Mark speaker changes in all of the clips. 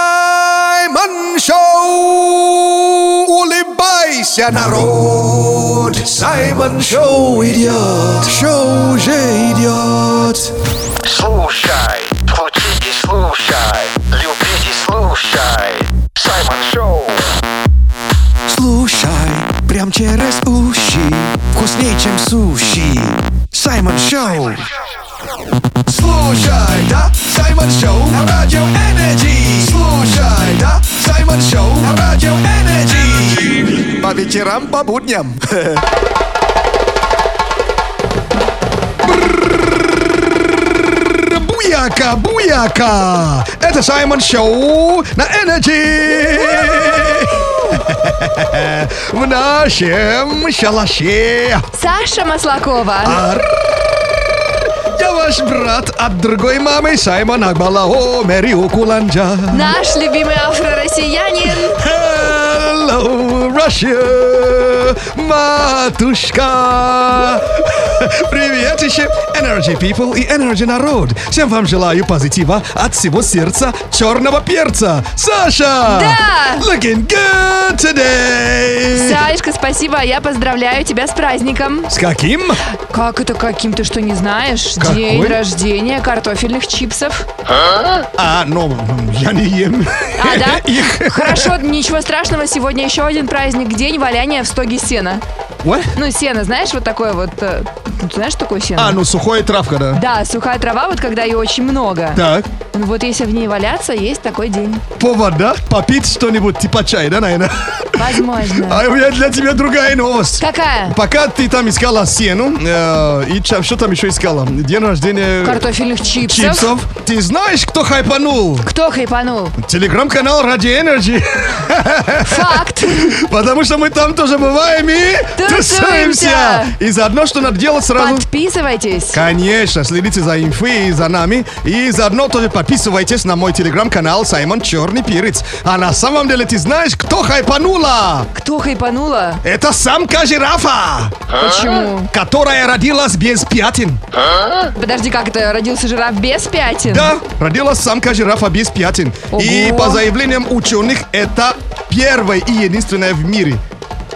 Speaker 1: Саймон Шоу! Улыбайся, народ! Саймон Шоу идет! Шоу уже идет!
Speaker 2: Слушай, крути и слушай, люби и слушай. Саймон Шоу.
Speaker 1: Слушай, прям через уши, вкуснее, чем суши. Саймон Шоу. Слушай, да, Саймон Шоу на Радио Энерджи. Слушай, да, Саймон Шоу на Радио Энерджи. По вечерам, по будням. Буяка, буяка! Это Саймон Шоу на Энерджи! В нашем шалаше.
Speaker 3: Саша Маслакова.
Speaker 1: Я ваш брат от другой мамы Саймон Акбалао, Мэри Укуланджа.
Speaker 3: Наш любимый афро-россиянин.
Speaker 1: Hello, Russia, матушка. Привет еще Energy People и Energy Народ. Всем вам желаю позитива от всего сердца черного перца. Саша!
Speaker 3: Да!
Speaker 1: Looking good today!
Speaker 3: Сашка, спасибо, а я поздравляю тебя с праздником.
Speaker 1: С каким?
Speaker 3: Как это каким? Ты что, не знаешь?
Speaker 1: Какой?
Speaker 3: День рождения картофельных чипсов.
Speaker 1: А, ну, я не ем.
Speaker 3: А, да?
Speaker 1: Их.
Speaker 3: Хорошо, ничего страшного, сегодня еще один праздник, день валяния в стоге сена.
Speaker 1: What?
Speaker 3: Ну, сено, знаешь, вот такое вот... э, ну, Ты знаешь, что такое сено?
Speaker 1: А, ну, сухая травка, да.
Speaker 3: Да, сухая трава, вот когда ее очень много.
Speaker 1: Так.
Speaker 3: Ну вот если в ней валяться, есть такой день.
Speaker 1: Повод, да? Попить что-нибудь, типа чай, да, наверное?
Speaker 3: Возможно.
Speaker 1: А у меня для тебя другая новость.
Speaker 3: Какая?
Speaker 1: Пока ты там искала сену, э, и ча- что там еще искала? День рождения
Speaker 3: Картофельных чипсов.
Speaker 1: чипсов. Ты знаешь, кто хайпанул?
Speaker 3: Кто хайпанул?
Speaker 1: Телеграм-канал Ради Энерджи.
Speaker 3: Факт.
Speaker 1: Потому что мы там тоже бываем и
Speaker 3: Тусуемся.
Speaker 1: тусуемся. И заодно что надо делать сразу?
Speaker 3: Подписывайтесь.
Speaker 1: Конечно, следите за инфой и за нами. И заодно тоже подписывайтесь на мой телеграм-канал Саймон Черный Перец. А на самом деле ты знаешь, кто хайпанула?
Speaker 3: Кто хайпанула?
Speaker 1: Это самка жирафа,
Speaker 3: Почему?
Speaker 1: которая родилась без пятен.
Speaker 3: Подожди, как это? Родился жираф без пятен?
Speaker 1: Да, родилась самка жирафа без пятен. И
Speaker 3: Ого.
Speaker 1: по заявлениям ученых, это первая и единственная в мире.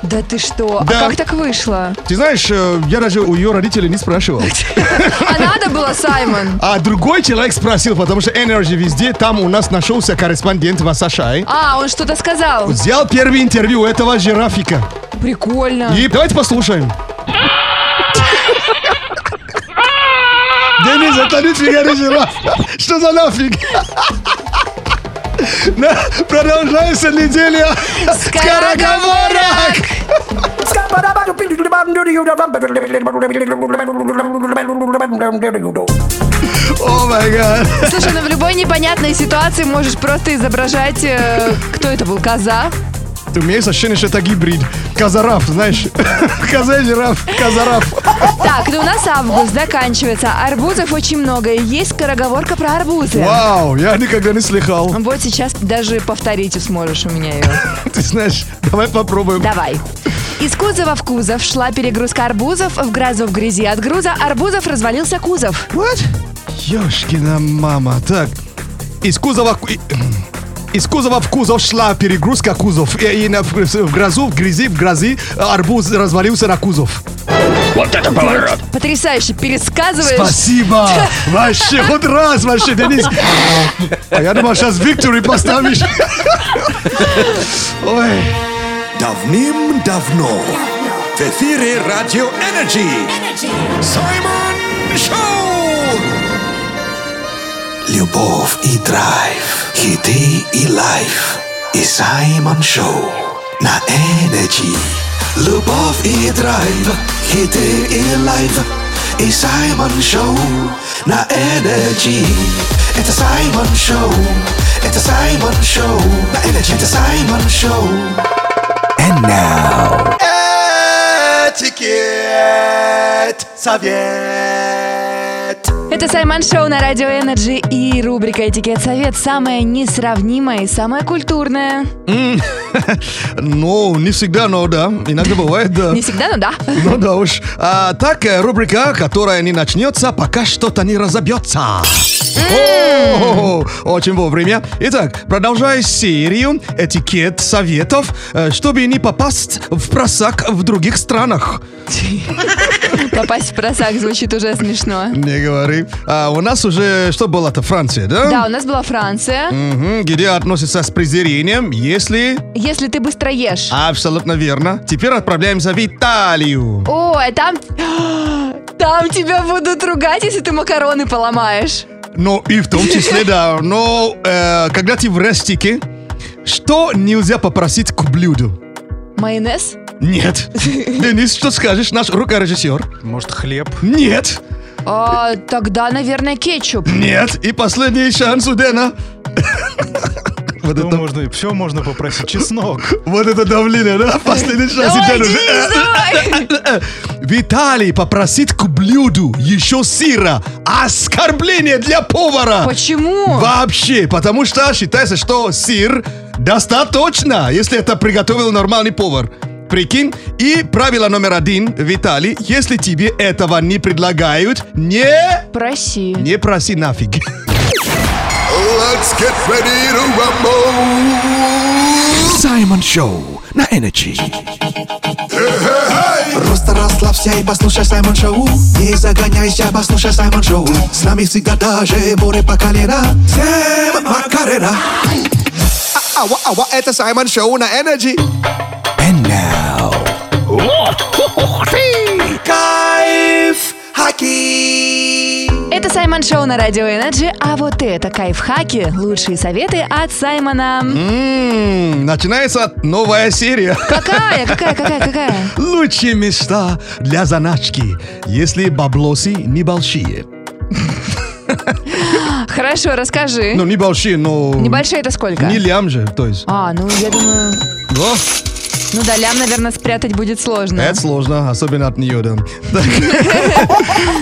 Speaker 3: Да ты что?
Speaker 1: Да.
Speaker 3: А как так вышло?
Speaker 1: Ты знаешь, э, я даже у ее родителей не спрашивал.
Speaker 3: А надо было, Саймон?
Speaker 1: А другой человек спросил, потому что Energy везде, там у нас нашелся корреспондент в США.
Speaker 3: А, он что-то сказал.
Speaker 1: Взял первое интервью у этого жирафика.
Speaker 3: Прикольно.
Speaker 1: И давайте послушаем. Денис, это нифига не жираф. Что за нафиг? На- Продолжается неделя скороговорок. О май гад.
Speaker 3: Слушай, ну в любой непонятной ситуации можешь просто изображать, э, кто это был, коза?
Speaker 1: Ты умеешь ощущение, что это гибрид. Казараф, знаешь. Коза жираф, казараф.
Speaker 3: Так, ну у нас август заканчивается. а Арбузов очень много. И есть скороговорка про арбузы.
Speaker 1: Вау, я никогда не слыхал.
Speaker 3: Вот сейчас даже повторить сможешь у меня ее.
Speaker 1: Ты знаешь, давай попробуем.
Speaker 3: Давай. Из кузова в кузов шла перегрузка арбузов, в грозу в грязи от груза арбузов развалился кузов.
Speaker 1: What? Ёшкина мама. Так, из кузова... ку- и- Из кузова в кузов шла перегрузка кузов. И, и на- в, в грозу, в грязи, в грязи арбуз развалился на кузов.
Speaker 2: Вот это поворот.
Speaker 3: Потрясающе пересказываешь.
Speaker 1: Спасибо! Вообще, хоть раз вообще, Денис! А я думал, сейчас Виктори поставишь. Ой.
Speaker 4: Давным-давно в эфире Радио Энерджи Саймон Шоу Любовь и драйв, хиты и лайф И Саймон Шоу на Энерджи Любовь и драйв, хиты и лайф И Саймон Шоу на Энерджи Это Саймон Шоу, это Саймон Шоу На Энерджи это Саймон Шоу And now.
Speaker 1: Этикет совет.
Speaker 3: Это Саймон Шоу на Радио Энерджи и рубрика «Этикет Совет» самая несравнимая и самая культурная.
Speaker 1: Ну, не всегда, но да. Иногда бывает, да.
Speaker 3: Не всегда, но да.
Speaker 1: Ну да уж. А, так, э, рубрика, которая не начнется, пока что-то не разобьется. О, Очень вовремя. Итак, продолжая серию этикет советов, э, чтобы не попасть в просак в других странах.
Speaker 3: Попасть в просак звучит уже смешно.
Speaker 1: Не говори. А у нас уже, что было-то, Франция, да?
Speaker 3: Да, у нас была Франция.
Speaker 1: Мгм, где относится с презрением, если...
Speaker 3: Если ты быстро ешь.
Speaker 1: А. Абсолютно верно. Теперь отправляемся в Италию.
Speaker 3: О, а там... Там тебя будут ругать, если ты макароны поломаешь.
Speaker 1: Ну, и в том числе, да. Но э, когда ты в рестике, что нельзя попросить к блюду?
Speaker 3: Майонез?
Speaker 1: Нет. Денис, что скажешь, наш рукорежиссер?
Speaker 5: Может, хлеб?
Speaker 1: Нет.
Speaker 3: А, тогда, наверное, кетчуп.
Speaker 1: Нет. И последний шанс у Дэна. Вот
Speaker 5: Ну,
Speaker 1: это,
Speaker 5: можно, все можно попросить. Чеснок.
Speaker 1: вот это давление, да? Последний шанс у
Speaker 3: Давай,
Speaker 1: Дэна Э, уже.
Speaker 3: Денис, давай.
Speaker 1: э, В Италии попросить к блюду еще сыра. Оскорбление для повара.
Speaker 3: Почему?
Speaker 1: Вообще, потому что считается, что сыр достаточно, если это приготовил нормальный повар. Прикинь? И правило номер один в Италии, если тебе этого не предлагают, не...
Speaker 3: Проси.
Speaker 1: Не проси нафиг.
Speaker 4: Саймон Шоу на Energy. Просто расслабься и послушай Саймон Шоу. Не загоняйся, послушай Саймон Шоу. С нами всегда даже море по колено. Всем Макарена. Ауа, ауа, это Саймон Шоу на Energy. And now. Кайф Хаки.
Speaker 3: Это Саймон Шоу на Радио Энерджи, а вот это кайфхаки, лучшие советы от Саймона.
Speaker 1: М, Начинается новая серия.
Speaker 3: Какая, какая, какая, какая?
Speaker 1: Лучшие места для заначки, если баблосы небольшие.
Speaker 3: Хорошо, расскажи.
Speaker 1: Ну, небольшие, но...
Speaker 3: Небольшие это сколько?
Speaker 1: Не лям же, то есть.
Speaker 3: А, ну я думаю,
Speaker 1: Во.
Speaker 3: ну да, лям, наверное, спрятать будет сложно.
Speaker 1: Это сложно, особенно от нее, да.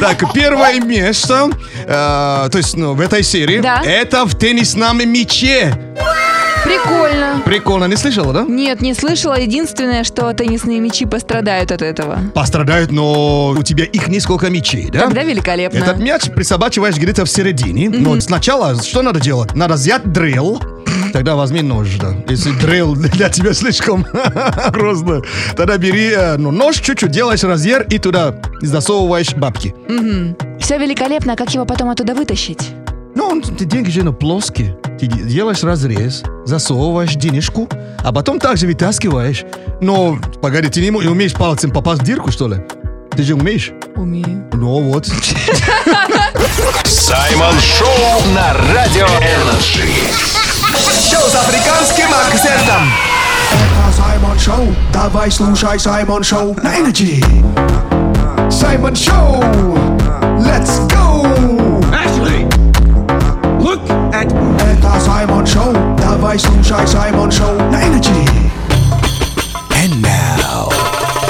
Speaker 1: Так, так, первое место, э, то есть, ну, в этой серии,
Speaker 3: Да.
Speaker 1: это в теннисном мяче.
Speaker 3: Прикольно.
Speaker 1: Прикольно, не слышала, да?
Speaker 3: Нет, не слышала. Единственное, что теннисные мячи пострадают от этого.
Speaker 1: Пострадают, но у тебя их несколько мячей, да?
Speaker 3: Тогда великолепно.
Speaker 1: Этот мяч присобачиваешь где-то в середине, но сначала что надо делать? Надо взять дрелл, Тогда возьми нож, да. Если дрелл для тебя слишком грозно, тогда бери э, ну, нож, чуть-чуть делаешь разъер и туда засовываешь бабки.
Speaker 3: Все великолепно, а как его потом оттуда вытащить?
Speaker 1: Ну, он- ты деньги же ну, плоские. Ты де- делаешь разрез, засовываешь денежку, а потом также вытаскиваешь. Но, погоди, ты не мо- умеешь пальцем попасть в дырку, что ли? Ты же умеешь?
Speaker 3: Умею.
Speaker 1: Ну вот.
Speaker 2: Саймон Шоу на Радио Энерджи.
Speaker 4: Шоу с африканским акцентом. Это Саймон Шоу. Давай слушай Саймон Шоу на Energy. Саймон Шоу. Let's go. Это Саймон Шоу. Давай слушай Саймон Шоу на Energy. And now.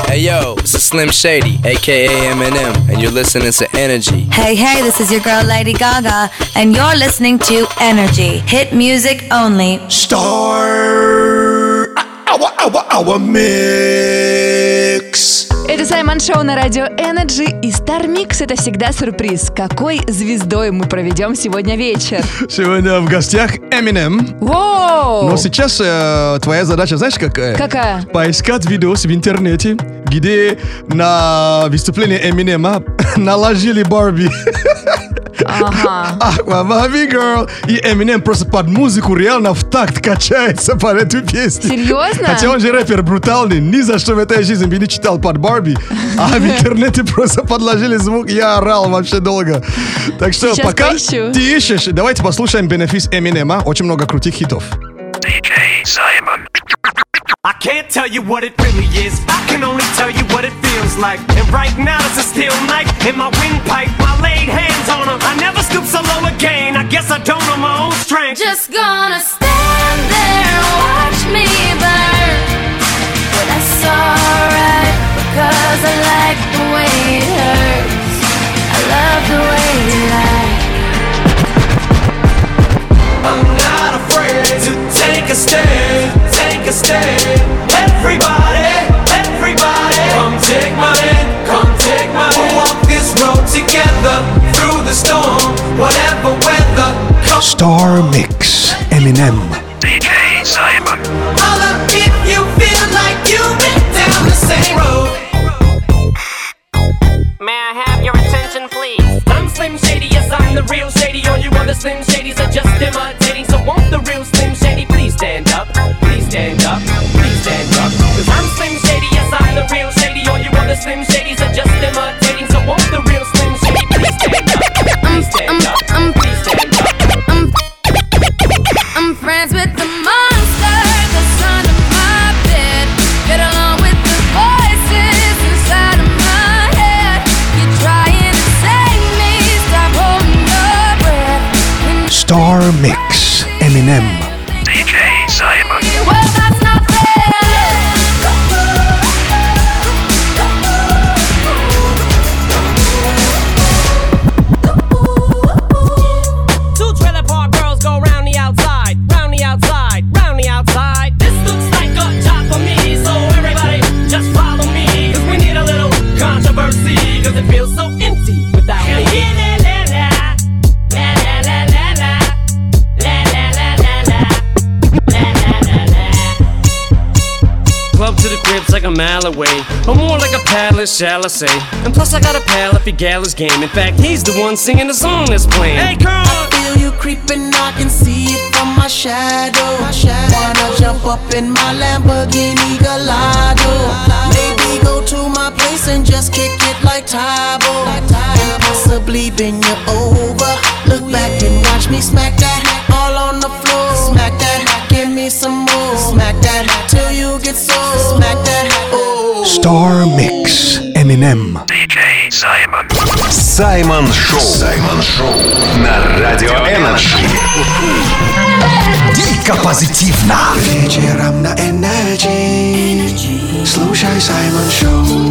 Speaker 6: Hey yo, it's a Slim Shady, aka Eminem, and you're listening to Energy.
Speaker 7: Hey, hey, this is your girl Lady Gaga, and you're listening to Energy. Hit music only.
Speaker 4: Star. Our, our, our mix.
Speaker 3: Это Саймон Шоу на Радио Энерджи и Star Mix это всегда сюрприз. Какой звездой мы проведем сегодня вечер?
Speaker 1: Сегодня в гостях Eminem.
Speaker 3: Воу!
Speaker 1: Но сейчас э, твоя задача, знаешь, какая?
Speaker 3: Какая?
Speaker 1: Поискать видос в интернете, где на выступление Эминема наложили Барби.
Speaker 3: Ага.
Speaker 1: Aqua Barbie Girl. И Eminem просто под музыку реально в такт качается под эту песню.
Speaker 3: Серьезно?
Speaker 1: Хотя он же рэпер брутальный, ни за что в этой жизни бы не читал под Барби, а в интернете просто подложили звук, я орал вообще долго. Так что
Speaker 3: Сейчас
Speaker 1: пока
Speaker 3: поищу.
Speaker 1: ты ищешь, давайте послушаем бенефис Эминема, очень много крутых хитов.
Speaker 8: I can't tell you what it really is. I can only tell you what it feels like. And right now it's a steel knife in my windpipe. I laid hands on her. I never stoop so low again. I guess I don't know my own strength.
Speaker 9: Just gonna stand there and watch me burn. Well, that's alright, because I like the way it hurts. I love the way you lie.
Speaker 8: stand, take a stand. Everybody, everybody, come take my hand, come take my hand. We'll walk this road together through the storm, whatever weather. Come
Speaker 4: Star Mix Eminem.
Speaker 8: holler if you feel like you've been down the same road.
Speaker 9: May I have your attention, please?
Speaker 8: I'm Slim Shady, yes, I'm the real Shady. All you other Slim Shadys are just imitating. So won't the real Slim Shady please stand up? Please stand up. Please stand up. Cause I'm Slim Shady, yes, I'm the real Shady. All you other Slim Shadys are just imitating. So won't the real Slim Shady please stand up? Please stand up. Please stand up.
Speaker 9: I'm, I'm friends with the monster that's under my bed. Get along with the voices inside of my head. You're trying to save me. Stop holding your breath.
Speaker 4: Star Mix Eminem.
Speaker 9: Well, that's not fair.
Speaker 8: Two trailer park girls go round the outside, round the outside, round the outside. This looks like a job for me, so everybody just follow me. Cause we need a little controversy, cause it feels so empty without me. Club to the cribs like a mile away, or more like a palace, shall I say? And plus, I got a pal if he gal is game. In fact, he's the one singing the song that's playing. Hey, Carl!
Speaker 10: feel you creeping, I can see it from my shadow. Wanna jump up in my Lamborghini Gallardo? Maybe go to my place and just kick it like Tybo. And possibly bend you over. Look back and watch me smack that all on the floor. Smack that, give me some more. Smack that till you get sore. Smack that, oh.
Speaker 4: Star Mix Eminem.
Speaker 2: Саймон Шоу. Саймон Шоу на Радио Энерджи.
Speaker 4: Дико позитивно. Вечером на Energy. Слушай Саймон Шоу.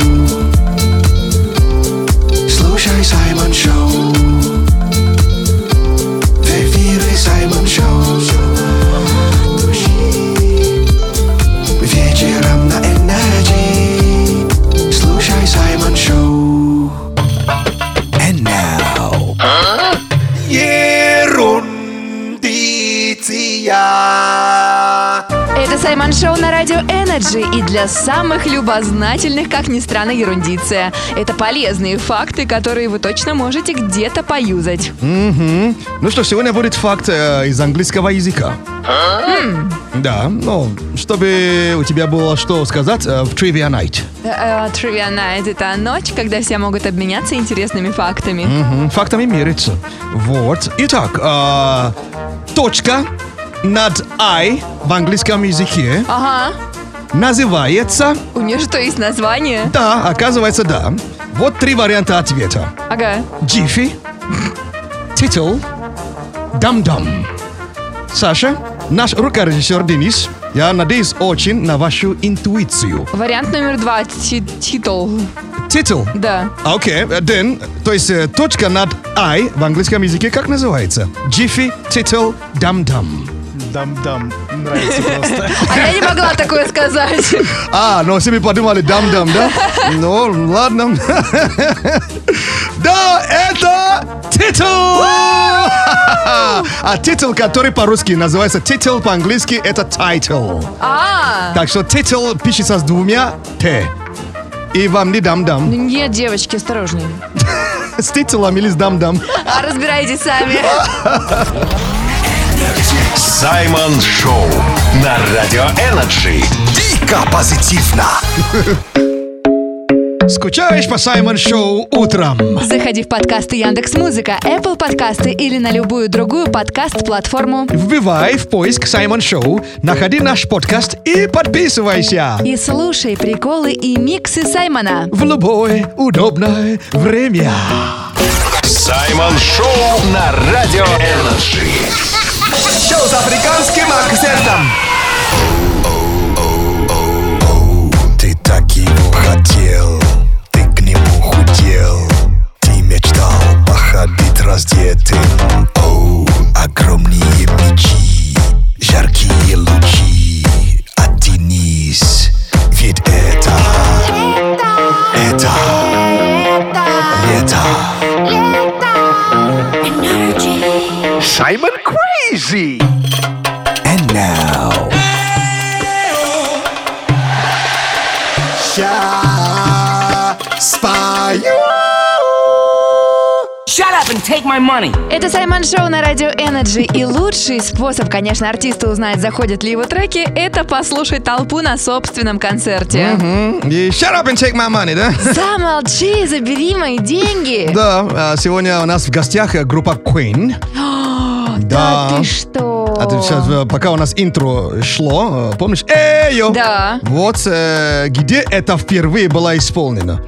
Speaker 4: Слушай Саймон Шоу. В эфире Саймон Шоу. Вечером на Energy. Слушай Саймон Шоу. And now. Ерундиция.
Speaker 3: Это Саймон Шоу на радио Energy и для самых любознательных, как ни странно, ерундиция. Это полезные факты, которые вы точно можете где-то поюзать.
Speaker 1: Ну что, сегодня будет факт э, из английского языка. Да, ну, чтобы у тебя было что сказать э, в Trivia Night.
Speaker 3: Э, э, Trivia Night — это ночь, когда все могут обменяться интересными фактами.
Speaker 1: Мгм, Фактами мерится. Вот. Итак, а, точка над I в английском языке
Speaker 3: Ага,
Speaker 1: называется...
Speaker 3: у меня что, есть название?
Speaker 1: Да, оказывается, да. Вот три варианта ответа.
Speaker 3: Ага.
Speaker 1: Джифи, титул, дам-дам. Саша, наш рукорежиссер Денис, я надеюсь очень на вашу интуицию.
Speaker 3: Вариант номер два — ти- титул.
Speaker 1: Титул.
Speaker 3: Да.
Speaker 1: Окей, э, Дэн, то есть э, точка над I в английском языке как называется? Джифи, титул, дам-дам.
Speaker 5: Дам-дам. Нравится просто.
Speaker 3: А я не могла такое сказать.
Speaker 1: А, ну все мы подумали, дам-дам, да? Ну, ладно. Да, это титул! А титул, который по-русски называется титул, по-английски это title.
Speaker 3: А,
Speaker 1: Так что титул пишется с двумя Т. И вам не дам-дам.
Speaker 3: нет, девочки, осторожнее.
Speaker 1: С титулом или с дам-дам.
Speaker 3: А разбирайтесь сами.
Speaker 2: Саймон Шоу на Радио Энерджи.
Speaker 4: Дико позитивно.
Speaker 1: Скучаешь по Саймон Шоу утром?
Speaker 3: Заходи в подкасты Яндекс Музыка, Apple подкасты или на любую другую подкаст-платформу.
Speaker 1: Вбивай в поиск Саймон Шоу, находи наш подкаст и подписывайся.
Speaker 3: И слушай приколы и миксы Саймона.
Speaker 1: В любое удобное время.
Speaker 2: Саймон Шоу на Радио Энерджи.
Speaker 4: Шоу с африканским акцентом. Ты так его хотел, ты к нему худел. Ты мечтал походить раздетым. Оу, огромные мечи, жаркие лучи.
Speaker 11: and take my money.
Speaker 3: Это Саймон Шоу на Радио Energy. И лучший способ, конечно, артиста узнать, заходят ли его треки, это послушать толпу на собственном концерте.
Speaker 1: Мгм. И shut up and take my money, да?
Speaker 3: Замолчи, забери мои деньги.
Speaker 1: Да, а, сегодня у нас в гостях э, группа Queen.
Speaker 3: Да,
Speaker 1: Да.
Speaker 3: ты что?
Speaker 1: А ты сейчас, э, пока у нас интро шло, э, помнишь? Эйо!
Speaker 3: Да.
Speaker 1: Вот э, где это впервые было исполнено.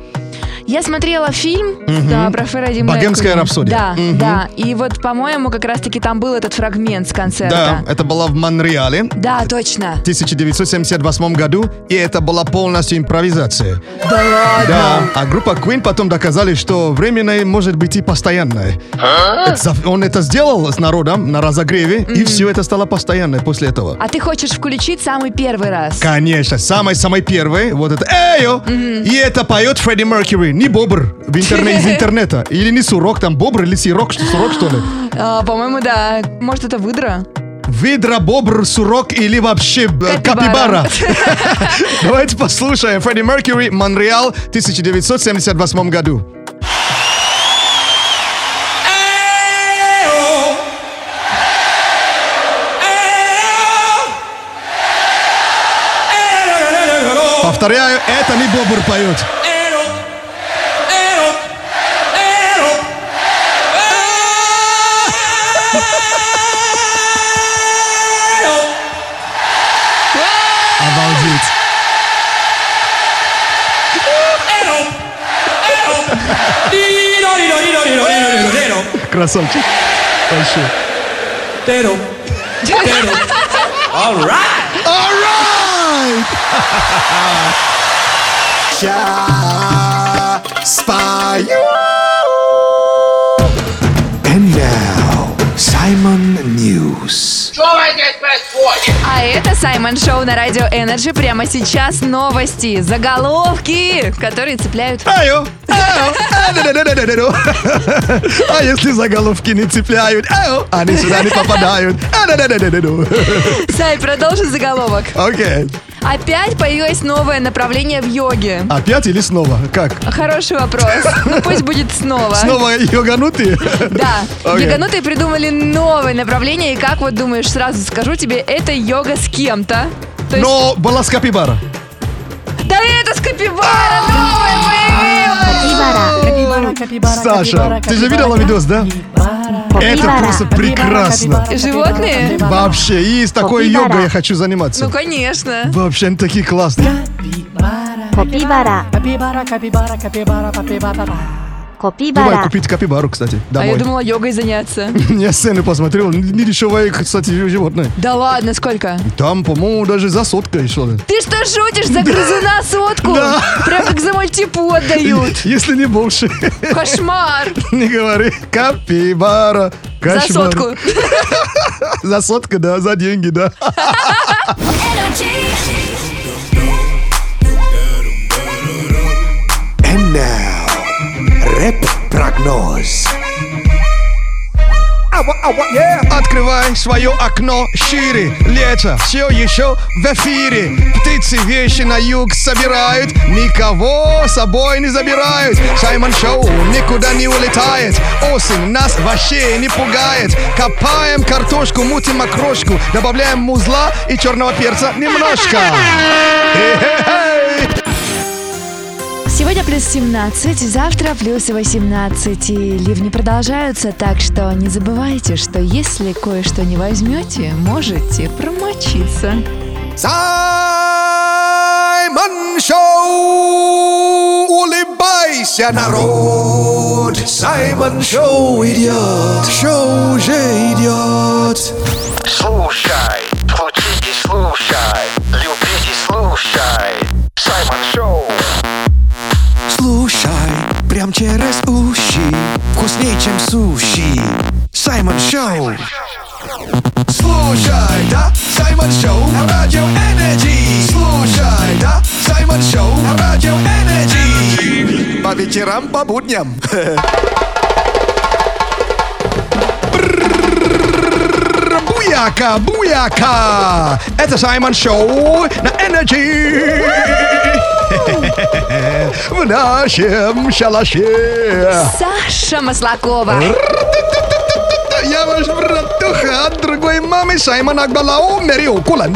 Speaker 3: Я смотрела фильм
Speaker 1: Мгм.
Speaker 3: да, про Фредди Меркьюри.
Speaker 1: «Богемская рапсодия».
Speaker 3: Да,
Speaker 1: Мгм.
Speaker 3: да. И вот, по-моему, как раз-таки там был этот фрагмент с концерта.
Speaker 1: Да, это было в Монреале.
Speaker 3: Да, точно.
Speaker 1: В 1978 году, и это была полностью импровизация.
Speaker 3: Да ладно.
Speaker 1: Да, а группа Queen потом доказали, что временное может быть и постоянное. Это за- он это сделал с народом на разогреве, и все это стало постоянное после этого.
Speaker 3: А ты хочешь включить самый первый раз?
Speaker 1: Конечно, самый-самый первый, вот это «Эйо!» И это поет Фредди Меркьюри, не бобр в интерне- из интернета. Или не сурок, там бобр или сирок, что- сурок что ли.
Speaker 3: А, по-моему, да. Может, это выдра?
Speaker 1: Видра, бобр, сурок или вообще э,
Speaker 3: Капибара.
Speaker 1: капибара. Давайте послушаем Фредди Меркьюри, Монреал, 1978 году. Повторяю, это не бобр поет. Обалдеть. Красавчик. Вообще.
Speaker 3: А
Speaker 4: Я спою. And now, Simon News.
Speaker 3: А это Саймон Шоу на Радио Энерджи. Прямо сейчас новости, заголовки, которые цепляют.
Speaker 1: Айо! Айо! Ай-да-да-да-да-да-да. А если заголовки не цепляют, ау, они сюда не попадают. Ай-да-да-да-да-да.
Speaker 3: Сай, продолжи заголовок.
Speaker 1: Окей.
Speaker 3: Опять появилось новое направление в йоге.
Speaker 1: Опять или снова? Как?
Speaker 3: Хороший вопрос. Ну пусть будет снова.
Speaker 1: Снова йоганутые?
Speaker 3: Да.
Speaker 1: Окей.
Speaker 3: Йоганутые придумали новое направление. И как вот думаешь, сразу скажу тебе, это йога с кем-то. То есть-
Speaker 1: Но была с капибара.
Speaker 3: Да это с капибара
Speaker 1: А!
Speaker 3: новое появилось!
Speaker 1: Саша, ты же видела видос, да? Это просто прекрасно.
Speaker 3: Животные?
Speaker 1: Вообще, и с такой
Speaker 3: Капибара.
Speaker 1: йогой я хочу заниматься.
Speaker 3: Ну, конечно.
Speaker 1: Вообще, они такие классные.
Speaker 12: Копибара.
Speaker 1: Давай купить капибару, кстати,
Speaker 3: А я
Speaker 1: домой.
Speaker 3: думала йогой заняться.
Speaker 1: Я сцены посмотрел, недешевое, кстати, животное.
Speaker 3: Да ладно, сколько?
Speaker 1: Там, по-моему, даже за соткой что ли.
Speaker 3: Ты что шутишь? За грызуна сотку?
Speaker 1: Да.
Speaker 3: Прям как за мультипу отдают.
Speaker 1: Если не больше.
Speaker 3: Кошмар.
Speaker 1: Не говори. Капибара.
Speaker 3: За
Speaker 1: кошмар.
Speaker 3: сотку.
Speaker 1: За сотку, да, за деньги, да.
Speaker 4: And now, рэп прогноз.
Speaker 1: Открывай свое окно шире. Лето все еще в эфире. Птицы вещи на юг собирают. Никого с собой не забирают. Саймон Шоу никуда не улетает. Осень нас вообще не пугает. Копаем картошку, мутим окрошку. Добавляем музла и черного перца немножко. Э-хе-хей.
Speaker 3: Сегодня плюс 17, завтра плюс 18. И ливни продолжаются, так что не забывайте, что если кое-что не возьмете, можете промочиться.
Speaker 4: Саймон Шоу! Улыбайся, народ! Саймон Шоу идет! Шоу уже идет!
Speaker 13: Слушай, крутите, слушай, любите, слушай. Саймон Шоу.
Speaker 4: Слушай, прям через уши, вкуснее, чем суши. Саймон Шоу! Слушай, да, Саймон Шоу на Радио Энерджи. Слушай, да, Саймон Шоу на Радио Энерджи. По вечерам, по будням.
Speaker 1: Буя! Буяка, буяка! Это Саймон Шоу на Energy! В нашем шалаше!
Speaker 3: Саша Маслакова.
Speaker 1: Я ваш братуха от другой мамы Саймон Акбалау Мэри Окулан.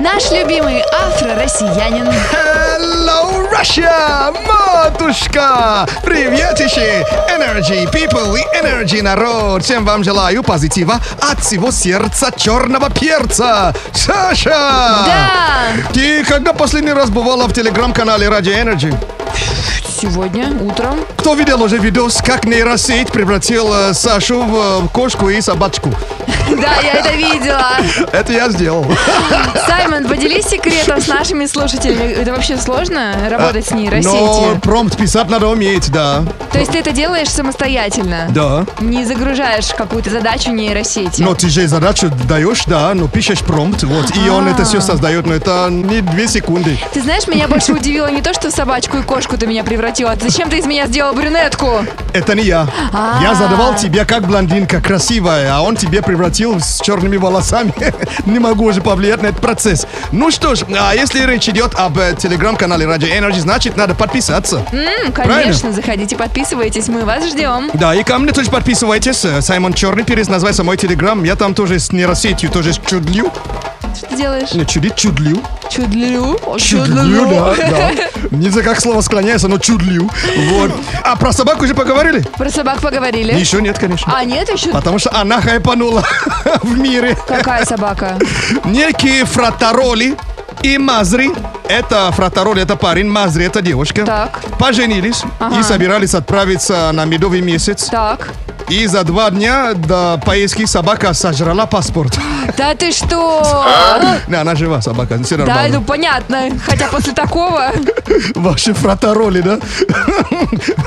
Speaker 3: Наш любимый афро-россиянин.
Speaker 1: Hello, Russia! Матушка! Приветище! Energy people и energy народ! Всем вам желаю позитива от всего сердца черного перца! Саша!
Speaker 3: Да!
Speaker 1: Ты когда последний раз бывала в телеграм-канале Ради Energy?
Speaker 3: Сегодня утром.
Speaker 1: Кто видел уже видос, как нейросеть превратил э, Сашу в э, кошку и собачку?
Speaker 3: Да, я это видела.
Speaker 1: Это я сделал.
Speaker 3: Саймон, поделись секретом с нашими слушателями. Это вообще сложно работать с ней,
Speaker 1: А, Но
Speaker 3: нейросетью?
Speaker 1: промпт писать надо уметь, да.
Speaker 3: То есть ты это делаешь самостоятельно?
Speaker 1: Да. Ну,
Speaker 3: Не загружаешь какую-то задачу нейросети?
Speaker 1: Но ты же задачу даешь, да, но пишешь промпт, вот, и он это все
Speaker 3: А.
Speaker 1: создает, но это не две секунды.
Speaker 3: Ты знаешь, меня больше удивило не то, что в собачку и кошку ты меня превратила. а Зачем ты из меня сделал брюнетку?
Speaker 1: Это не я.
Speaker 3: А.
Speaker 1: Я задавал тебе как блондинка, красивая, а он тебе превратил с черными волосами. Не могу уже повлиять на этот процесс. Ну что ж, а если речь идет об э, телеграм-канале Radio Energy, значит, надо подписаться.
Speaker 3: М, конечно,
Speaker 1: Правильно.
Speaker 3: заходите, подписывайтесь, мы вас ждем.
Speaker 1: Да, и ко мне тоже подписывайтесь. Э, Саймон Черный Перец, называется мой телеграм. Я там тоже с нейросетью, тоже с чудлю.
Speaker 3: Что ты делаешь?
Speaker 1: Не, чудит, чудлю.
Speaker 3: Чудлю? О,
Speaker 1: Чудлю, да, да. Не знаю, как слово склоняется, но чудлю. Вот. А про собаку уже поговорили?
Speaker 3: Про собак поговорили.
Speaker 1: Еще нет, конечно.
Speaker 3: А, нет еще?
Speaker 1: Потому что она хайпанула в мире.
Speaker 3: Какая собака?
Speaker 1: Некие фратароли и мазри. Это фратароли, это парень, мазри, это девушка.
Speaker 3: Так.
Speaker 1: Поженились
Speaker 3: Ага.
Speaker 1: и собирались отправиться на медовый месяц.
Speaker 3: Так.
Speaker 1: И за два дня до поездки собака сожрала паспорт.
Speaker 3: Да ты что?
Speaker 1: Не, она жива, собака, все
Speaker 3: Да, ну
Speaker 1: нормально.
Speaker 3: понятно. Хотя после такого...
Speaker 1: Ваши фратароли, да?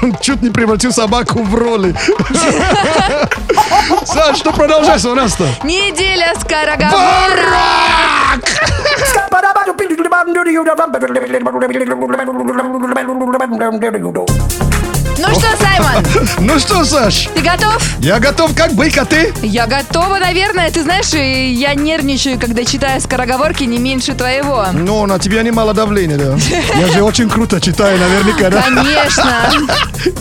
Speaker 1: Он чуть не превратил собаку в роли. Саш, что продолжается у нас-то?
Speaker 3: Неделя скороговорок! Ну что, Саймон,
Speaker 1: Ну что, Саш,
Speaker 3: ты готов?
Speaker 1: я готов как бык, а ты?
Speaker 3: Я готова, наверное. Ты знаешь, и я нервничаю, когда читаю скороговорки не меньше твоего.
Speaker 1: Ну, на тебя немало давления, да. Я же очень круто читаю, наверняка, да?
Speaker 3: Конечно.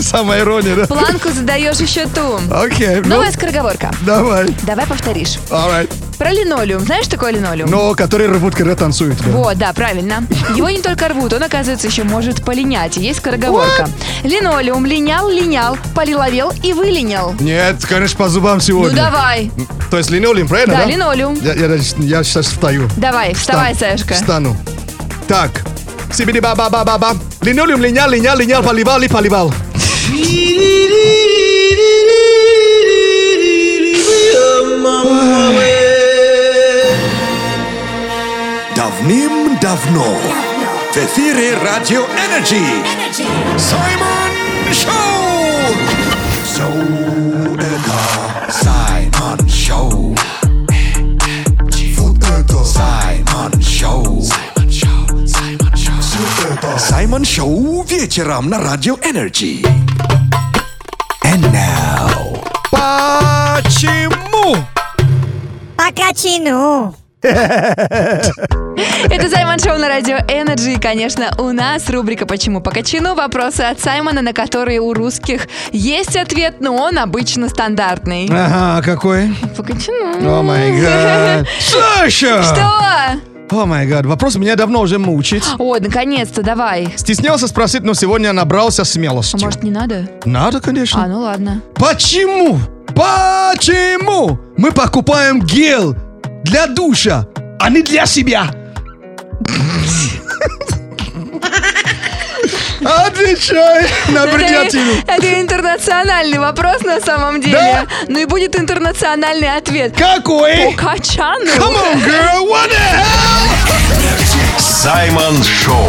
Speaker 1: Самая ирония, да?
Speaker 3: Планку задаешь еще ту.
Speaker 1: Окей, ну,
Speaker 3: Новая скороговорка.
Speaker 1: давай.
Speaker 3: Давай повторишь.
Speaker 1: Alright.
Speaker 3: Про линолеум. Знаешь, что такое линолеум?
Speaker 1: Но Ну, которые рвут, когда танцуют, да.
Speaker 3: Вот, да, правильно. Его не только рвут, он, оказывается, еще может полинять. Есть скороговорка. Линолеум линял, линял, полиловел и вылинял.
Speaker 1: Нет, конечно, по зубам
Speaker 3: Ну
Speaker 1: сегодня.
Speaker 3: давай.
Speaker 1: То есть линолеум, правильно, да?
Speaker 3: Да, линолеум.
Speaker 1: Я, я, даже- я сейчас встаю.
Speaker 3: Давай, вставай,
Speaker 1: Встан-
Speaker 3: Сашка.
Speaker 1: Встану. Так. Сибиди ба ба ба ба ба. Линолеум линял, линял, линял, поливал и поливал.
Speaker 4: Давным-давно в эфире Радио Energy. Саймон Шоу! So это Саймон Шоу. Вот это Саймон Шоу. Всё это Саймон Шоу вечером на Радио Energy. And now...
Speaker 1: Почему?
Speaker 11: Пока чину.
Speaker 3: Это Саймон Шоу на радио Energy. И, конечно, у нас рубрика «Почему по качину?» Вопросы от Саймона, на которые у русских есть ответ, но он обычно стандартный.
Speaker 1: Ага, какой?
Speaker 3: По качину.
Speaker 1: А? О май гад. Саша! А.
Speaker 3: Что?
Speaker 1: О май гад, вопрос меня давно уже мучит.
Speaker 3: О, наконец-то, давай.
Speaker 1: Стеснялся спросить, но сегодня набрался
Speaker 3: А
Speaker 1: смелости.
Speaker 3: может, не надо?
Speaker 1: Надо,
Speaker 3: А,
Speaker 1: конечно.
Speaker 3: ну ладно.
Speaker 1: Почему? Почему мы покупаем гел для душа, а не для себя? Отвечай на бредятину.
Speaker 3: Это, это интернациональный вопрос на самом деле.
Speaker 1: Да?
Speaker 3: Ну и будет интернациональный ответ.
Speaker 1: Какой?
Speaker 3: По качану.
Speaker 1: Come on, girl, what the
Speaker 2: Саймон Шоу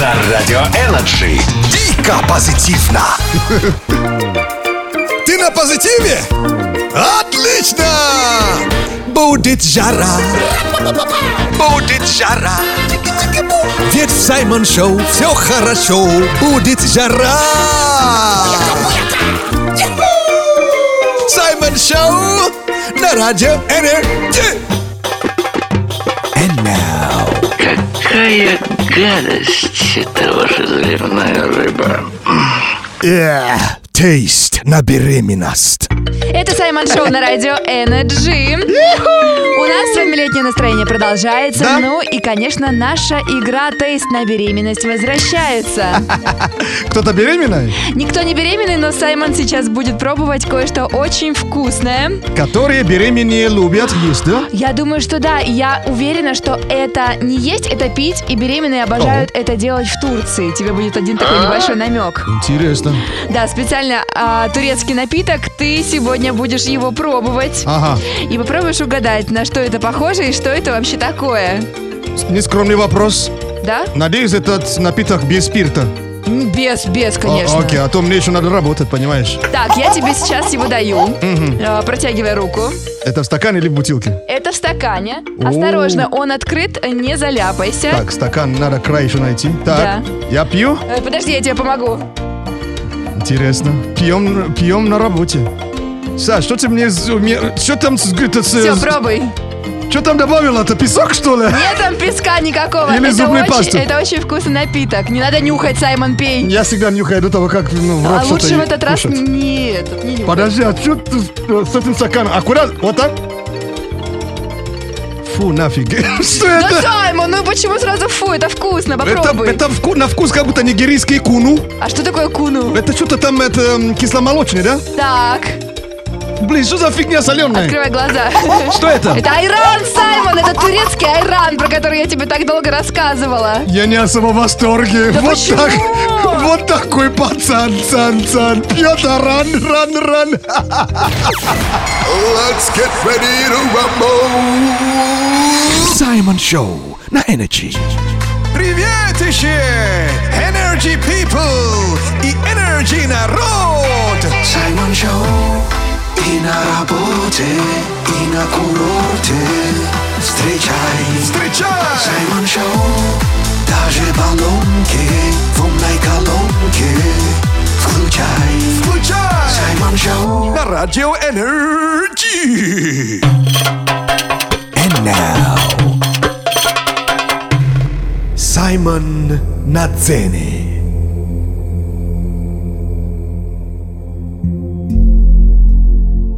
Speaker 2: на Радио Энерджи.
Speaker 4: Дико позитивно. Ты на позитиве? Отлично! Будет жара. Будет жара. Ведь в Саймон Шоу все хорошо. Будет жара. Саймон Шоу на радио Энерджи.
Speaker 8: Какая гадость эта ваша заливная рыба.
Speaker 1: Yeah, taste на беременность.
Speaker 3: Это Саймон Шоу на радио Energy. У нас с вами летнее настроение продолжается.
Speaker 1: Да?
Speaker 3: Ну и, конечно, наша игра «Тест на беременность» возвращается.
Speaker 1: Кто-то беременный,
Speaker 3: Никто не беременный, но Саймон сейчас будет пробовать кое-что очень вкусное.
Speaker 1: которые беременные любят есть, да?
Speaker 3: Я думаю, что да. И Я уверена, что это не есть, это пить, и беременные обожают это делать в Турции. Тебе будет один такой
Speaker 1: А?
Speaker 3: небольшой намек.
Speaker 1: Интересно.
Speaker 3: Да, специально а, турецкий напиток. Ты сегодня будешь его пробовать.
Speaker 1: Ага.
Speaker 3: И попробуешь угадать, на что это похоже и что это вообще такое.
Speaker 1: С- Нескромный вопрос.
Speaker 3: Да?
Speaker 1: Надеюсь, этот напиток без спирта.
Speaker 3: М, Без, без,
Speaker 1: О,
Speaker 3: конечно.
Speaker 1: окей, а то мне еще надо работать, понимаешь?
Speaker 3: Так, я тебе сейчас его даю.
Speaker 1: Мгм.
Speaker 3: А, Протягивай руку.
Speaker 1: Это в стакане или в бутылке?
Speaker 3: Это в стакане. Осторожно, он открыт, не заляпайся.
Speaker 1: Так, стакан надо край еще найти. Так, я пью.
Speaker 3: Э, Подожди, я тебе помогу.
Speaker 1: Интересно. Пьем, пьем на работе. Саш, что ты мне... Что там...
Speaker 3: Все, пробуй.
Speaker 1: Что там добавила-то? Песок, что ли?
Speaker 3: Нет там песка никакого.
Speaker 1: Или
Speaker 3: это,
Speaker 1: зубной
Speaker 3: очень,
Speaker 1: пасты.
Speaker 3: это очень вкусный напиток. Не надо нюхать, Саймон, пей.
Speaker 1: Я всегда нюхаю до того, как ну, в рот
Speaker 3: а
Speaker 1: что-то
Speaker 3: лучше в этот раз
Speaker 1: кушать.
Speaker 3: не, этот, не нюхать.
Speaker 1: Подожди, а что ты с с этим стаканом? Аккуратно, вот так. Фу, нафиг. Что
Speaker 3: Да,
Speaker 1: это?
Speaker 3: Саймон, ну почему сразу фу? Это вкусно,
Speaker 1: Это,
Speaker 3: попробуй.
Speaker 1: это вку- на вкус как будто нигерийский куну.
Speaker 3: А что такое куну?
Speaker 1: Это что-то там это м, кисломолочный, да?
Speaker 3: Так,
Speaker 1: Блин, что за фигня соленая?
Speaker 3: открывай глаза.
Speaker 1: Что это?
Speaker 3: Это айран, Саймон, это турецкий айран, про который я тебе так долго рассказывала.
Speaker 1: Я не особо в восторге.
Speaker 3: Да
Speaker 1: вот
Speaker 3: почему?
Speaker 1: так, вот такой пацан, цан, цан. Пьет, а ран, ран, ран.
Speaker 14: Let's get ready to rumble.
Speaker 5: Саймон Шоу на Energy.
Speaker 4: Приветище! Energy People и Energy Народ!
Speaker 5: Саймон Шоу и на работе, и на курорте. Встречай,
Speaker 4: встречай!
Speaker 5: Саймон Шоу, даже баллонки в умной колонке. Включай,
Speaker 4: включай!
Speaker 5: Саймон Шоу.
Speaker 4: На радио Energy!
Speaker 5: And now.
Speaker 4: Саймон на цене.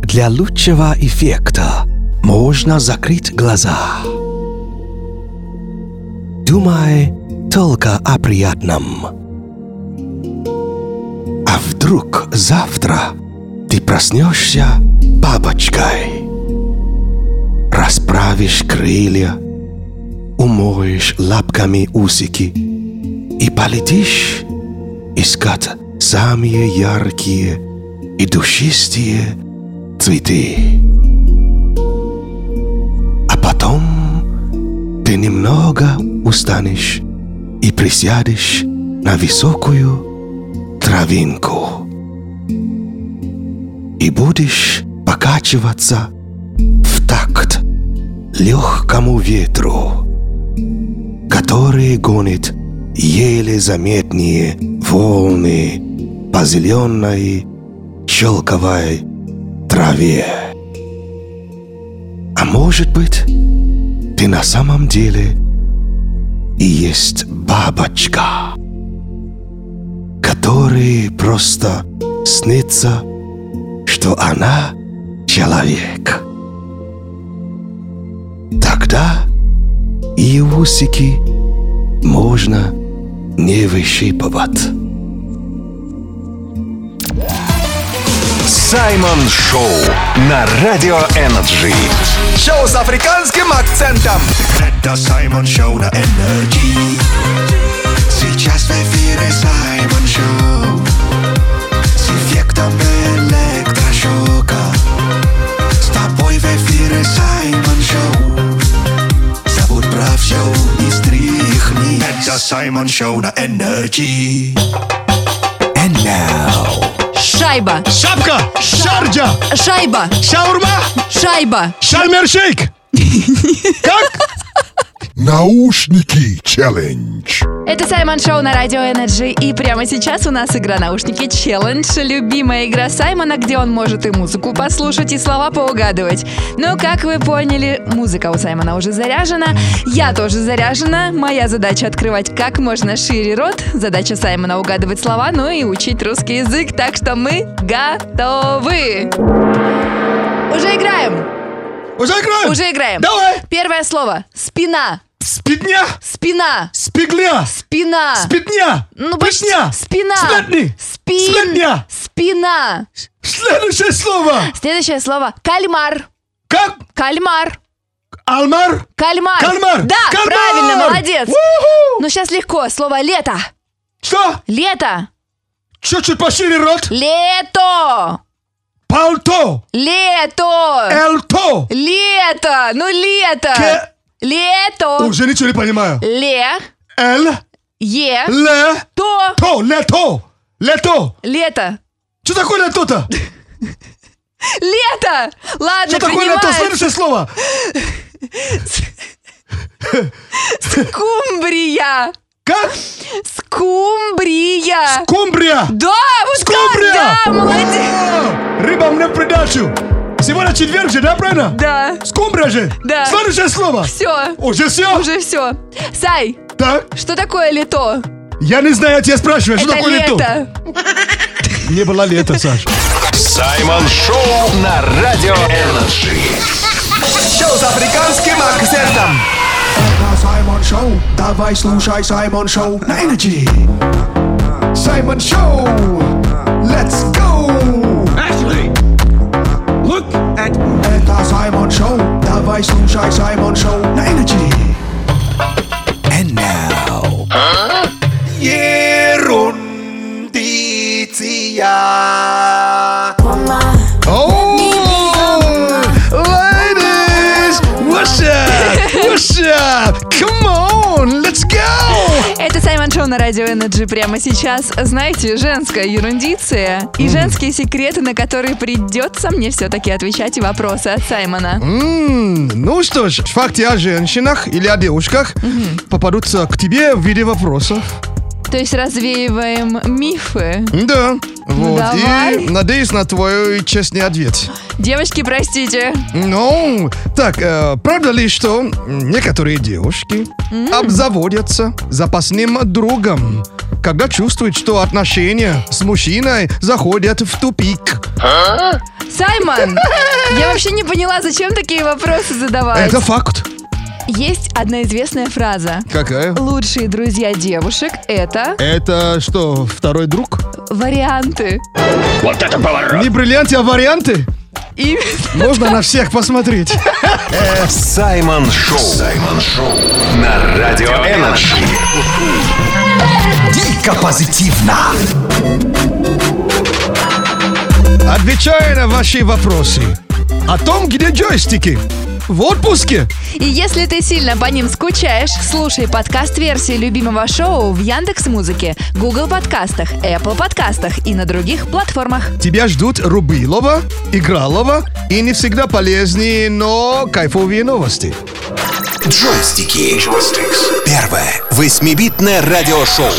Speaker 5: Для лучшего эффекта можно закрыть глаза. Думай только о приятном. А вдруг завтра ты проснешься бабочкой? Расправишь крылья, умоешь лапками усики и полетишь искать самые яркие и душистые цветы. А потом ты немного устанешь и присядешь на высокую травинку. И будешь покачиваться в такт легкому ветру, который гонит еле заметные волны по зеленой щелковой траве. А может быть, ты на самом деле и есть бабочка, которой просто снится, что она человек. Тогда и усики можно не выщипывать.
Speaker 14: Саймон Шоу на Радио Энерджи.
Speaker 4: Шоу с африканским акцентом.
Speaker 5: Это Саймон Шоу на Энерджи. Сейчас в эфире Саймон Шоу. С эффектом электрошока. С тобой в эфире Саймон Шоу. Забудь про все и стряхни. Это Саймон Шоу на Энерджи. And now.
Speaker 3: Шайба.
Speaker 1: Шапка. Шарджа.
Speaker 3: Шайба.
Speaker 1: Шаурма.
Speaker 3: Шайба.
Speaker 1: Шальмер шейк. Как?
Speaker 14: На
Speaker 15: Наушники челлендж.
Speaker 3: Это Саймон Шоу на Радио Энерджи. И прямо сейчас у нас игра «Наушники Челлендж». Любимая игра Саймона, где он может и музыку послушать, и слова поугадывать. Но, как вы поняли, музыка у Саймона уже заряжена. Я тоже заряжена. Моя задача — открывать как можно шире рот. Задача Саймона — угадывать слова, ну и учить русский язык. Так что мы готовы. Уже играем.
Speaker 1: Уже играем?
Speaker 3: Уже играем.
Speaker 1: Давай.
Speaker 3: Первое слово. Спина.
Speaker 1: Спидня.
Speaker 3: Спина.
Speaker 1: Спигля.
Speaker 3: Спина.
Speaker 1: Спидня.
Speaker 3: Ну, почти.
Speaker 1: Пышня.
Speaker 3: Спина.
Speaker 1: Сплетни.
Speaker 3: Спин.
Speaker 1: Сплетня.
Speaker 3: Спина.
Speaker 1: Следующее слово.
Speaker 3: Следующее слово. Кальмар.
Speaker 1: Как?
Speaker 3: Кальмар.
Speaker 1: Алмар.
Speaker 3: Кальмар.
Speaker 1: Кальмар.
Speaker 3: А, Да,
Speaker 1: Кальмар.
Speaker 3: правильно, молодец.
Speaker 1: Уху.
Speaker 3: Ну, сейчас легко. Слово лето.
Speaker 1: Что?
Speaker 3: Лето.
Speaker 1: Чуть-чуть пошире рот.
Speaker 3: Лето.
Speaker 1: Пальто.
Speaker 3: Лето.
Speaker 1: Эльто.
Speaker 3: Э. Лето. Ну, лето.
Speaker 1: Э. Ке-
Speaker 3: Лето.
Speaker 1: Уже ничего не понимаю.
Speaker 3: Ле.
Speaker 1: Л.
Speaker 3: Е.
Speaker 1: Ле.
Speaker 3: То.
Speaker 1: То. Лето. Лето.
Speaker 3: Лето.
Speaker 1: Что такое лето-то?
Speaker 3: Лето. Ладно,
Speaker 1: Что такое
Speaker 3: принимаю.
Speaker 1: лето? Следующее слово.
Speaker 3: Скумбрия.
Speaker 1: Как?
Speaker 3: Скумбрия.
Speaker 1: Скумбрия.
Speaker 3: Да, вот
Speaker 1: Скумбрия.
Speaker 3: так, да, молодец.
Speaker 1: О, Рыба мне в придачу. Сегодня четверг же, да, правильно?
Speaker 3: Да,
Speaker 1: Скумбрия же.
Speaker 3: Да.
Speaker 1: Следующее слово.
Speaker 3: все,
Speaker 1: Уже все?
Speaker 3: уже все. Сай,
Speaker 1: Так.
Speaker 3: что такое лето?
Speaker 1: Я не знаю, я тебя спрашиваю, что
Speaker 3: Это
Speaker 1: такое лето?
Speaker 3: лето.
Speaker 1: Не было лета, Саша.
Speaker 2: Саймон Шоу на Радио Энерджи.
Speaker 14: Шоу с африканским акцентом.
Speaker 4: Это Саймон Шоу. Давай слушай Саймон Шоу на Energy. Саймон Шоу. Let's go.
Speaker 13: Ashley, look at
Speaker 4: Это Саймон Шоу. Давай слушай Саймон Шоу на Energy. And now.
Speaker 14: Ерундиция.
Speaker 1: Oh, ladies, what's up? What's up? Come on, let's go.
Speaker 3: Это Саймон Шоу на Радио Энерджи прямо сейчас. Знаете, женская ерундиция и женские секреты, на которые придется мне все-таки отвечать и вопросы от Саймона.
Speaker 1: М, Ну что ж, факты о женщинах или о девушках попадутся к тебе в виде вопросов.
Speaker 3: То есть развеиваем мифы.
Speaker 1: Да. Вот.
Speaker 3: давай.
Speaker 1: И надеюсь на твой честный ответ.
Speaker 3: Девочки, простите.
Speaker 1: Ну, так, э, правда ли, что некоторые девушки обзаводятся запасным другом, когда чувствуют, что отношения с мужчиной заходят в тупик?
Speaker 3: Саймон, я вообще не поняла, зачем такие вопросы задавать.
Speaker 1: Это факт.
Speaker 3: Есть одна известная фраза.
Speaker 1: Какая?
Speaker 3: Лучшие друзья девушек — это
Speaker 1: Это что, второй друг?
Speaker 3: варианты.
Speaker 2: Вот это поворот.
Speaker 1: Не бриллианты, а варианты?
Speaker 3: И
Speaker 1: Можно на всех посмотреть.
Speaker 2: Саймон Шоу. Саймон Шоу на Радио Энерджи.
Speaker 14: Дико позитивно.
Speaker 1: Отвечаю на ваши вопросы. О том, где джойстики. В отпуске.
Speaker 3: И если ты сильно по ним скучаешь, слушай подкаст-версии любимого шоу в Яндекс Музыке, Google подкастах, Apple подкастах и на других платформах.
Speaker 1: Тебя ждут Рубилова, Игралова и не всегда полезные, но кайфовые новости.
Speaker 2: Джойстики. Джойстикс.
Speaker 14: Первое. Восьмибитное радиошоу.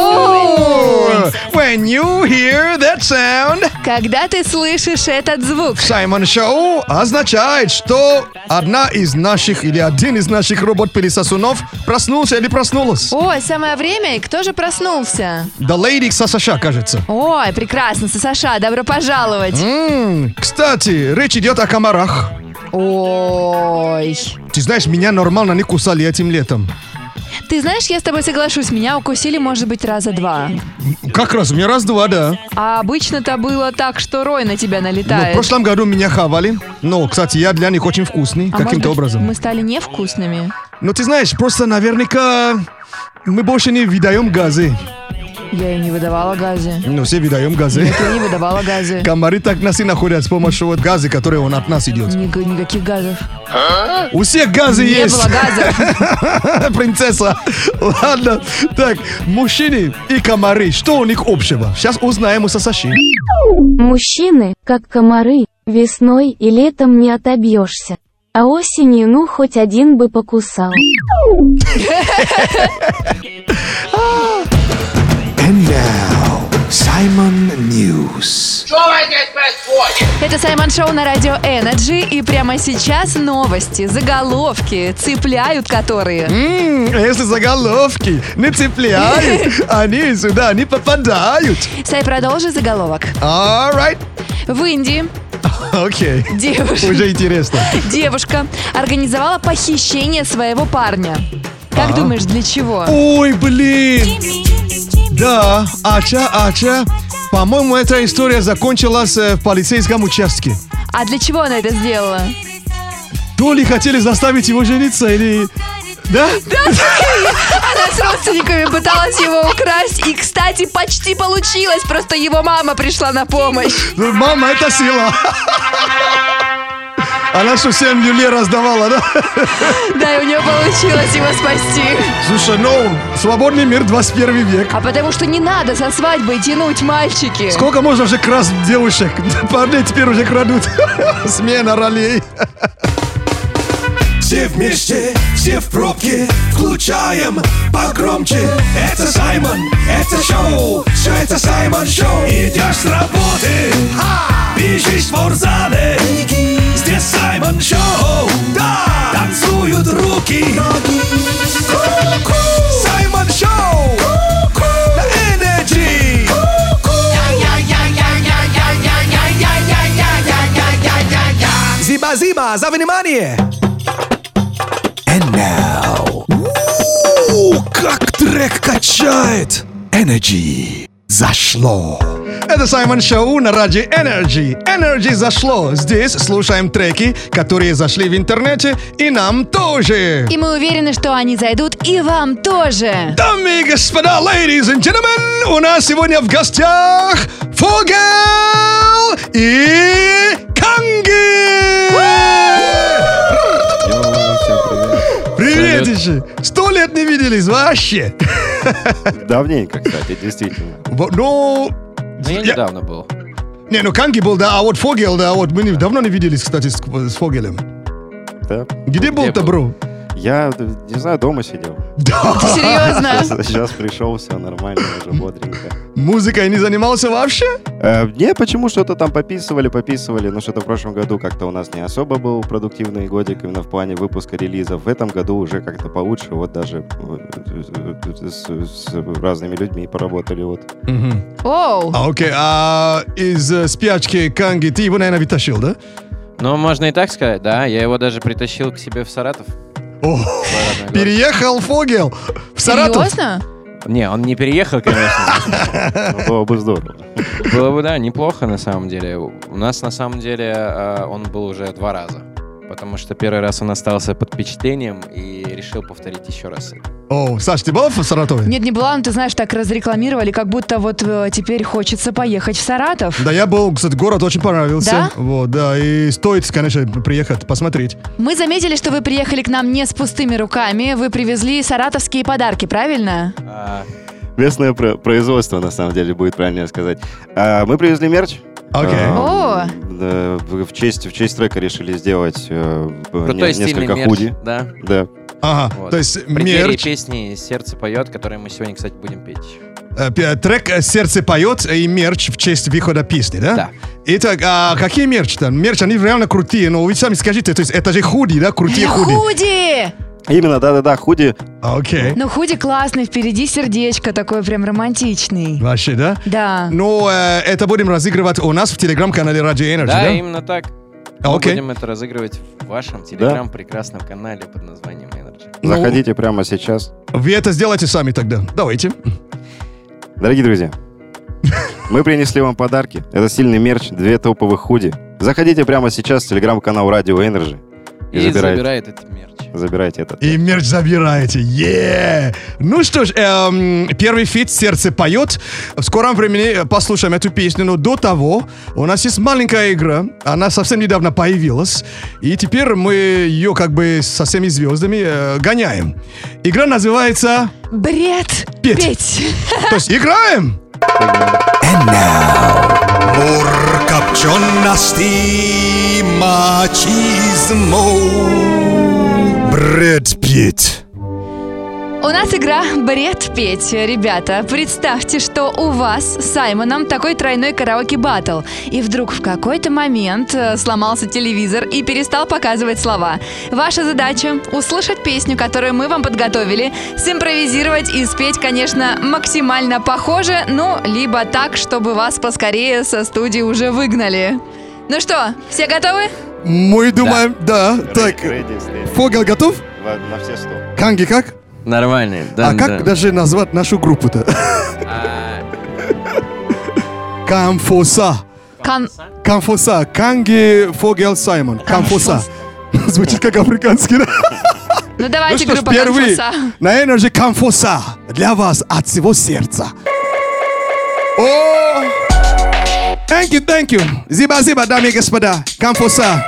Speaker 1: Oh, when you hear that sound,
Speaker 3: Когда ты слышишь этот звук,
Speaker 1: Саймон Шоу означает, что одна из наших или один из наших робот-пылесосунов проснулся или проснулась.
Speaker 3: Ой, самое время, и кто же проснулся?
Speaker 1: The Lady Сасаша, кажется.
Speaker 3: Ой, прекрасно, Саша, добро пожаловать.
Speaker 1: М, Кстати, речь идет о комарах.
Speaker 3: Ой.
Speaker 1: Ты знаешь, меня нормально не кусали этим летом.
Speaker 3: Ты знаешь, я с тобой соглашусь, меня укусили, может быть, раза два.
Speaker 1: Как раз, мне раз-два, да.
Speaker 3: А обычно-то было так, что рой на тебя
Speaker 1: Но Ну, в
Speaker 3: налетает.
Speaker 1: прошлом году меня хавали. Но, кстати, я для них очень вкусный,
Speaker 3: А может быть,
Speaker 1: каким-то образом.
Speaker 3: Мы стали невкусными.
Speaker 1: Но ты знаешь, просто наверняка мы больше не выдаем газы.
Speaker 3: Я им не выдавала газы.
Speaker 1: Ну, все выдаем газы.
Speaker 3: Нет, я не выдавала газы.
Speaker 1: Комары так нас и находят с помощью вот газа, который он от нас идет.
Speaker 3: Ни- никаких газов.
Speaker 1: У всех газы
Speaker 3: Ну, Не
Speaker 1: есть.
Speaker 3: было газов.
Speaker 1: Принцесса. Ладно. Так, мужчины и комары. Что у них общего? Сейчас узнаем у Сасаши.
Speaker 12: Мужчины, как комары, весной и летом не отобьешься. А осенью, ну, хоть один бы покусал.
Speaker 4: And now, Simon News.
Speaker 3: Это Саймон Шоу на радио Energy. И прямо сейчас новости, заголовки, цепляют которые.
Speaker 1: М, Если заголовки не цепляют, они сюда не попадают.
Speaker 3: Сай, продолжи заголовок.
Speaker 1: All right.
Speaker 3: В Индии
Speaker 1: Окей.
Speaker 3: Девушка.
Speaker 1: Уже интересно.
Speaker 3: девушка организовала похищение своего парня. Как
Speaker 1: Ага.
Speaker 3: думаешь, для чего?
Speaker 1: Ой, блин. Да, ача, ача. По-моему, эта история закончилась э, в полицейском участке.
Speaker 3: А для чего она это сделала?
Speaker 1: То ли хотели заставить его жениться, или... Да?
Speaker 3: Она с родственниками пыталась его украсть. И, кстати, почти получилось. Просто его мама пришла на помощь.
Speaker 1: Ну, Мама, это сила. Она что, 7 люлей раздавала, да?
Speaker 3: Да, и у нее получилось его спасти.
Speaker 1: Слушай, ну, свободный мир 21 век.
Speaker 3: А потому что не надо со свадьбой тянуть мальчики.
Speaker 1: Сколько можно уже красть девушек? Парней теперь уже крадут. Смена ролей.
Speaker 4: Все вместе, все в пробке, включаем погромче. Это Саймон, это шоу, все это Саймон Шоу. Идешь с работы, бежишь в спортзале, здесь Саймон Шоу. Да, танцуют руки. Ку-ку. Саймон Шоу. На Energy.
Speaker 14: Зиба-зиба, за внимание!
Speaker 4: And now. Ууу, как трек качает. Energy. Зашло.
Speaker 1: Это Саймон Шоу на Ради Energy. Energy зашло. Здесь слушаем треки, которые зашли в интернете, и нам тоже.
Speaker 3: И мы уверены, что они зайдут и вам тоже.
Speaker 1: Дамы и господа, ladies and gentlemen, у нас сегодня в гостях Фогел и Канги! Приветище! Сто лет не виделись вообще!
Speaker 15: Давненько, кстати, действительно.
Speaker 1: Во- Ну,
Speaker 15: Но я недавно был.
Speaker 1: не, ну Канги был, да, а вот Фогел, да, вот мы не- давно не виделись, кстати, с, с Фогелем.
Speaker 15: Да.
Speaker 1: Где был-то, бро?
Speaker 15: Я, э, не знаю, дома сидел.
Speaker 3: Серьезно?
Speaker 15: Сейчас пришел, все нормально, уже бодренько.
Speaker 1: Музыкой не занимался вообще?
Speaker 15: Э, Не, почему что-то там пописывали, пописывали, но что-то в прошлом году как-то у нас не особо был продуктивный годик именно в плане выпуска релизов. В этом году уже как-то получше, вот даже э, с, с разными людьми поработали. Вот.
Speaker 3: Оу.
Speaker 1: А, Окей, а из э, спячки Канги ты его, наверное, вытащил, да?
Speaker 16: Ну, можно и так сказать, да. Я его даже притащил к себе в Саратов.
Speaker 1: О,
Speaker 16: Ладно,
Speaker 1: переехал Фогел в Саратов.
Speaker 3: Серьезно?
Speaker 16: Не, он не переехал, конечно.
Speaker 15: Ну, Было бы здорово.
Speaker 16: Было бы, да, неплохо на самом деле. У нас на самом деле э, он был уже два раза. Потому что первый раз он остался под впечатлением и решил повторить еще раз.
Speaker 1: О, Саш, ты была в Саратове?
Speaker 3: Нет, не была, но ты знаешь, так разрекламировали, как будто вот э, теперь хочется поехать в Саратов.
Speaker 1: Да, я был, кстати, город очень понравился.
Speaker 3: Да?
Speaker 1: Вот, да, и стоит, конечно, приехать, посмотреть.
Speaker 3: Мы заметили, что вы приехали к нам не с пустыми руками, вы привезли саратовские подарки, правильно?
Speaker 15: Местное про- производство, на самом деле, будет правильнее сказать. А, Мы привезли мерч.
Speaker 16: А.
Speaker 15: Эм,
Speaker 1: А,
Speaker 3: О,
Speaker 15: Да, в в честь, в честь трека решили сделать э, б-
Speaker 16: Крутой,
Speaker 15: не-
Speaker 16: стильный
Speaker 15: несколько
Speaker 16: мерч,
Speaker 15: худи.
Speaker 16: да.
Speaker 15: Да.
Speaker 1: Ага,
Speaker 16: Вот.
Speaker 1: то есть
Speaker 16: В преддверии
Speaker 1: мерч,
Speaker 16: песни «Сердце поет», которые мы сегодня, кстати, будем петь.
Speaker 1: э, пе- трек э, «Сердце поет» и мерч в честь выхода песни, да? Да. Итак, а какие мерч там? Мерч, они реально крутые, но вы сами скажите, то есть это же худи, да? Крутые худи.
Speaker 3: худи!
Speaker 15: Именно, да-да-да, худи.
Speaker 1: Окей.
Speaker 3: Ну, худи классный, впереди сердечко такое прям романтичный.
Speaker 1: Вообще, да?
Speaker 3: Да.
Speaker 1: Ну, э, это будем разыгрывать у нас в телеграм-канале Radio Energy, да?
Speaker 16: Да, именно так.
Speaker 1: А,
Speaker 16: Мы
Speaker 1: окей.
Speaker 16: будем это разыгрывать в вашем телеграм-прекрасном канале под названием Energy.
Speaker 1: Ну,
Speaker 15: Заходите прямо сейчас.
Speaker 1: Вы это сделайте сами тогда. Давайте.
Speaker 15: Дорогие друзья, мы принесли вам подарки. Это стильный мерч, две топовых худи. Заходите прямо сейчас в телеграм-канал Radio Energy. И,
Speaker 16: И
Speaker 15: забирайте,
Speaker 16: забирает этот мерч.
Speaker 15: забирайте этот.
Speaker 1: И мерч забираете. Е! Ну что ж, эм, первый фит «Сердце поет». В скором времени э, послушаем эту песню, но до того у нас есть маленькая игра. Она совсем недавно появилась. И теперь мы ее как бы со всеми звездами э, гоняем. Игра называется...
Speaker 3: Бред!
Speaker 1: Петь. То есть играем!
Speaker 4: And now,
Speaker 17: Набор копченостей мачизмов. Брэд Питт.
Speaker 3: У нас игра «Бред петь». Ребята, представьте, что у вас с Саймоном такой тройной караоке-баттл. И вдруг в какой-то момент э, сломался телевизор и перестал показывать слова. Ваша задача – услышать песню, которую мы вам подготовили, симпровизировать и спеть, конечно, максимально похоже, ну, либо так, чтобы вас поскорее со студии уже выгнали. Ну что, все готовы?
Speaker 1: Мы думаем, да. Так, Фогел готов?
Speaker 15: Во- На все сто.
Speaker 1: Канги как?
Speaker 16: Нормальный, да. А.
Speaker 1: А как даже назвать нашу группу-то? Камфоса.
Speaker 3: Кан...
Speaker 1: Камфоса. Канги Фогел Саймон. Камфоса. Звучит как африканский. да?
Speaker 3: Ну
Speaker 1: ну
Speaker 3: давайте,
Speaker 1: что ж,
Speaker 3: группа
Speaker 1: впервые
Speaker 3: «Конфуса».
Speaker 1: на Energy Камфоса для вас от всего сердца. О! Thank you, thank you. Зиба, зиба, дамы и господа. Камфоса.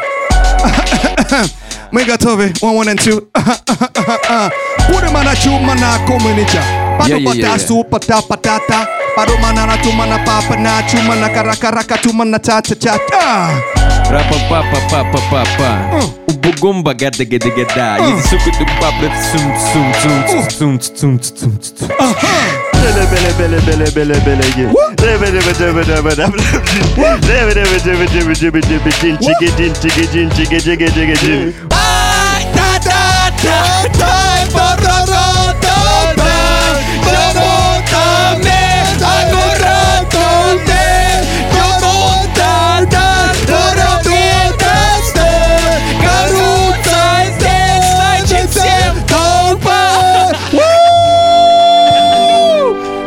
Speaker 1: Мы готовы. One, one and two. Пурмана чумана коммунича. Паду
Speaker 14: Я-я-я-я.
Speaker 1: патасу, пата патата. Парумана на чумана папана, чумана каракарака, чумана ча-ча-ча.
Speaker 16: Рапа папа папа папа. Бугумба гада гада гада. Еди сука ты бабы цум цум цум цум цум цум цум цум.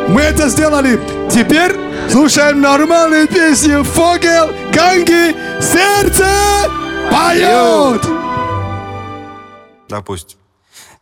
Speaker 1: Мы это сделали. Теперь слушаем нормальную песню Фогел, Канги, Сердце поет.
Speaker 18: Допустим.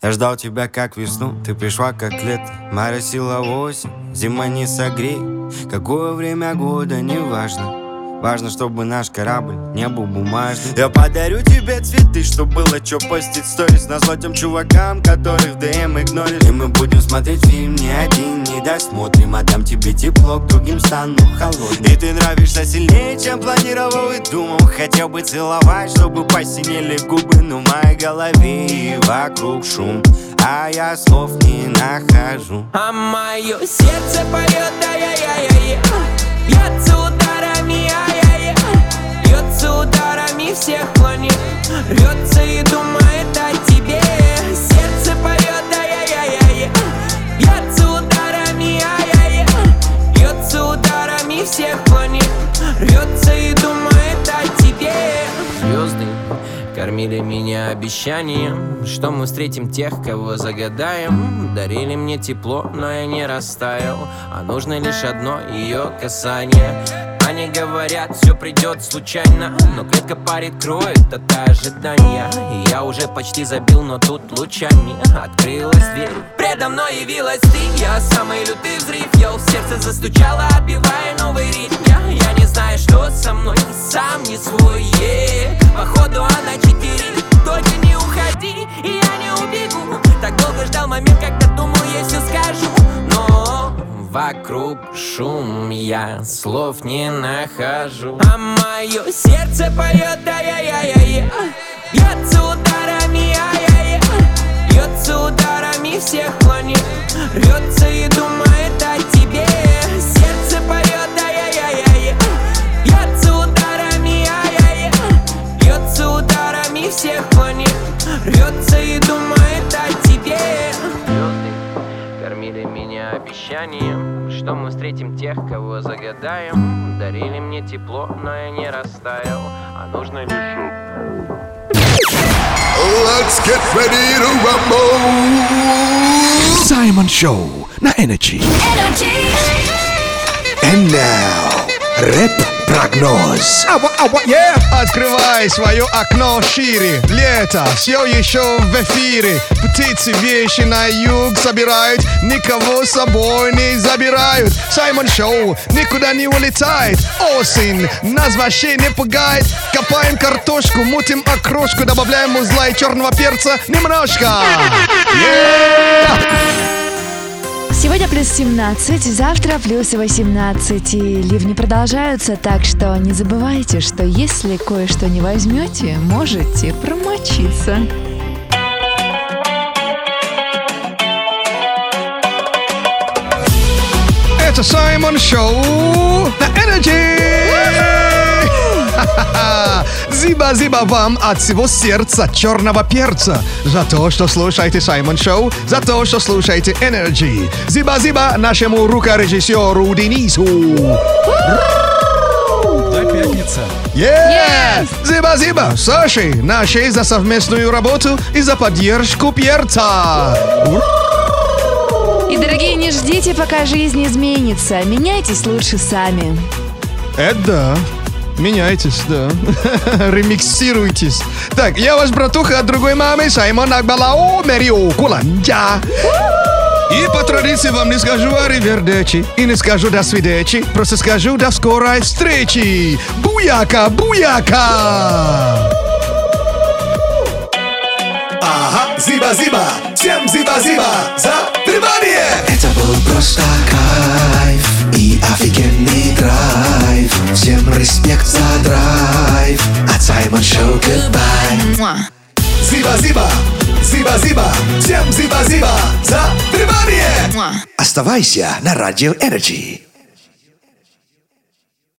Speaker 18: Я ждал тебя как весну, ты пришла как лето Моросила осень, зима не согрей Какое время года, не важно Важно, чтобы наш корабль не был бумажный Я подарю тебе цветы, чтобы было чё постить сторис Назло тем чувакам, которых ДМ игноришь И мы будем смотреть фильм не один, не досмотрим Отдам тебе тепло, к другим стану холодным И ты нравишься сильнее, чем планировал и думал Хотел бы целовать, чтобы посинели губы Но в моей голове и вокруг шум А я слов не нахожу
Speaker 13: А мое сердце поет, ай-яй-яй-яй Бьется ударами, ай-яй-яй Бьется ударами всех клонит Рвется и думает о тебе Сердце поет, ай-яй-яй-яй Бьется ударами, ай-яй-яй Бьется ударами всех клонит Рвется и думает о тебе Звезды Кормили меня обещанием, что мы встретим тех, кого загадаем. Дарили мне тепло, но я не растаял, а нужно лишь одно ее касание. Они говорят, все придет случайно, но клетка парит, кроет это ожидание. И я уже почти забил, но тут лучами открылась дверь. Предо мной явилась ты, я самый лютый взрыв, я в сердце застучало, отбивая новый ритм. Я, я не знаю, что со мной, сам не свой, е. Походу она четыре, только не уходи, и я не убегу. Так долго ждал момент, когда думал, я все скажу, но Вокруг шум, я слов не нахожу А мое сердце поет, ай-яй-яй-яй Бьется ударами, ай-яй-яй Бьется ударами всех клонит Рвется и думает о тебе Сердце поет, ай-яй-яй-яй Бьется ударами, ай-яй-яй Бьется ударами всех клонит Рвется и думает о тебе Кормили меня обещанием, что мы встретим тех, кого загадаем. Дарили мне тепло, но я не растаял, а нужно лишь...
Speaker 14: Let's get ready to rumble.
Speaker 4: Саймон Шоу на Energy.
Speaker 14: And now, рэп-прогноз.
Speaker 1: Открывай свое окно шире. Лето все еще в эфире. Птицы вещи на юг собирают. Никого с собой не забирают. Саймон Шоу никуда не улетает. Осень нас вообще не пугает. Копаем картошку, мутим окрошку, добавляем узла и черного перца немножко. Yeah!
Speaker 3: Сегодня плюс 17, завтра плюс 18. И ливни продолжаются, так что не забывайте, что если кое-что не возьмете, можете промочиться.
Speaker 1: Это Саймон Шоу на Energy. Зиба-зиба вам от всего сердца черного перца за то, что слушаете Саймон Шоу, за то, что слушаете Energy. Зиба-зиба нашему рукорежиссеру Денису.
Speaker 5: До пятницы.
Speaker 1: Yeah! Зиба-зиба, Саши, нашей за совместную работу и за поддержку перца.
Speaker 3: И, дорогие, не ждите, пока жизнь изменится. Меняйтесь лучше сами.
Speaker 1: Это Э, да. Меняйтесь, да. Ремиксируйтесь. Так, я ваш братуха от другой мамы, Саймон Акбалао Мерио Куланджа. И по традиции вам не скажу аривердечи и не скажу до свидечи, просто скажу до скорой встречи. Буяка, буяка!
Speaker 2: Ага, зиба-зиба, всем зиба-зиба за внимание!
Speaker 4: Это был просто кайф и офигенный драйв. Всем респект за драйв. От Саймон Шоу goodbye.
Speaker 2: Зиба-зиба, зиба-зиба, всем зиба-зиба за внимание!
Speaker 4: Оставайся на Радио Energy.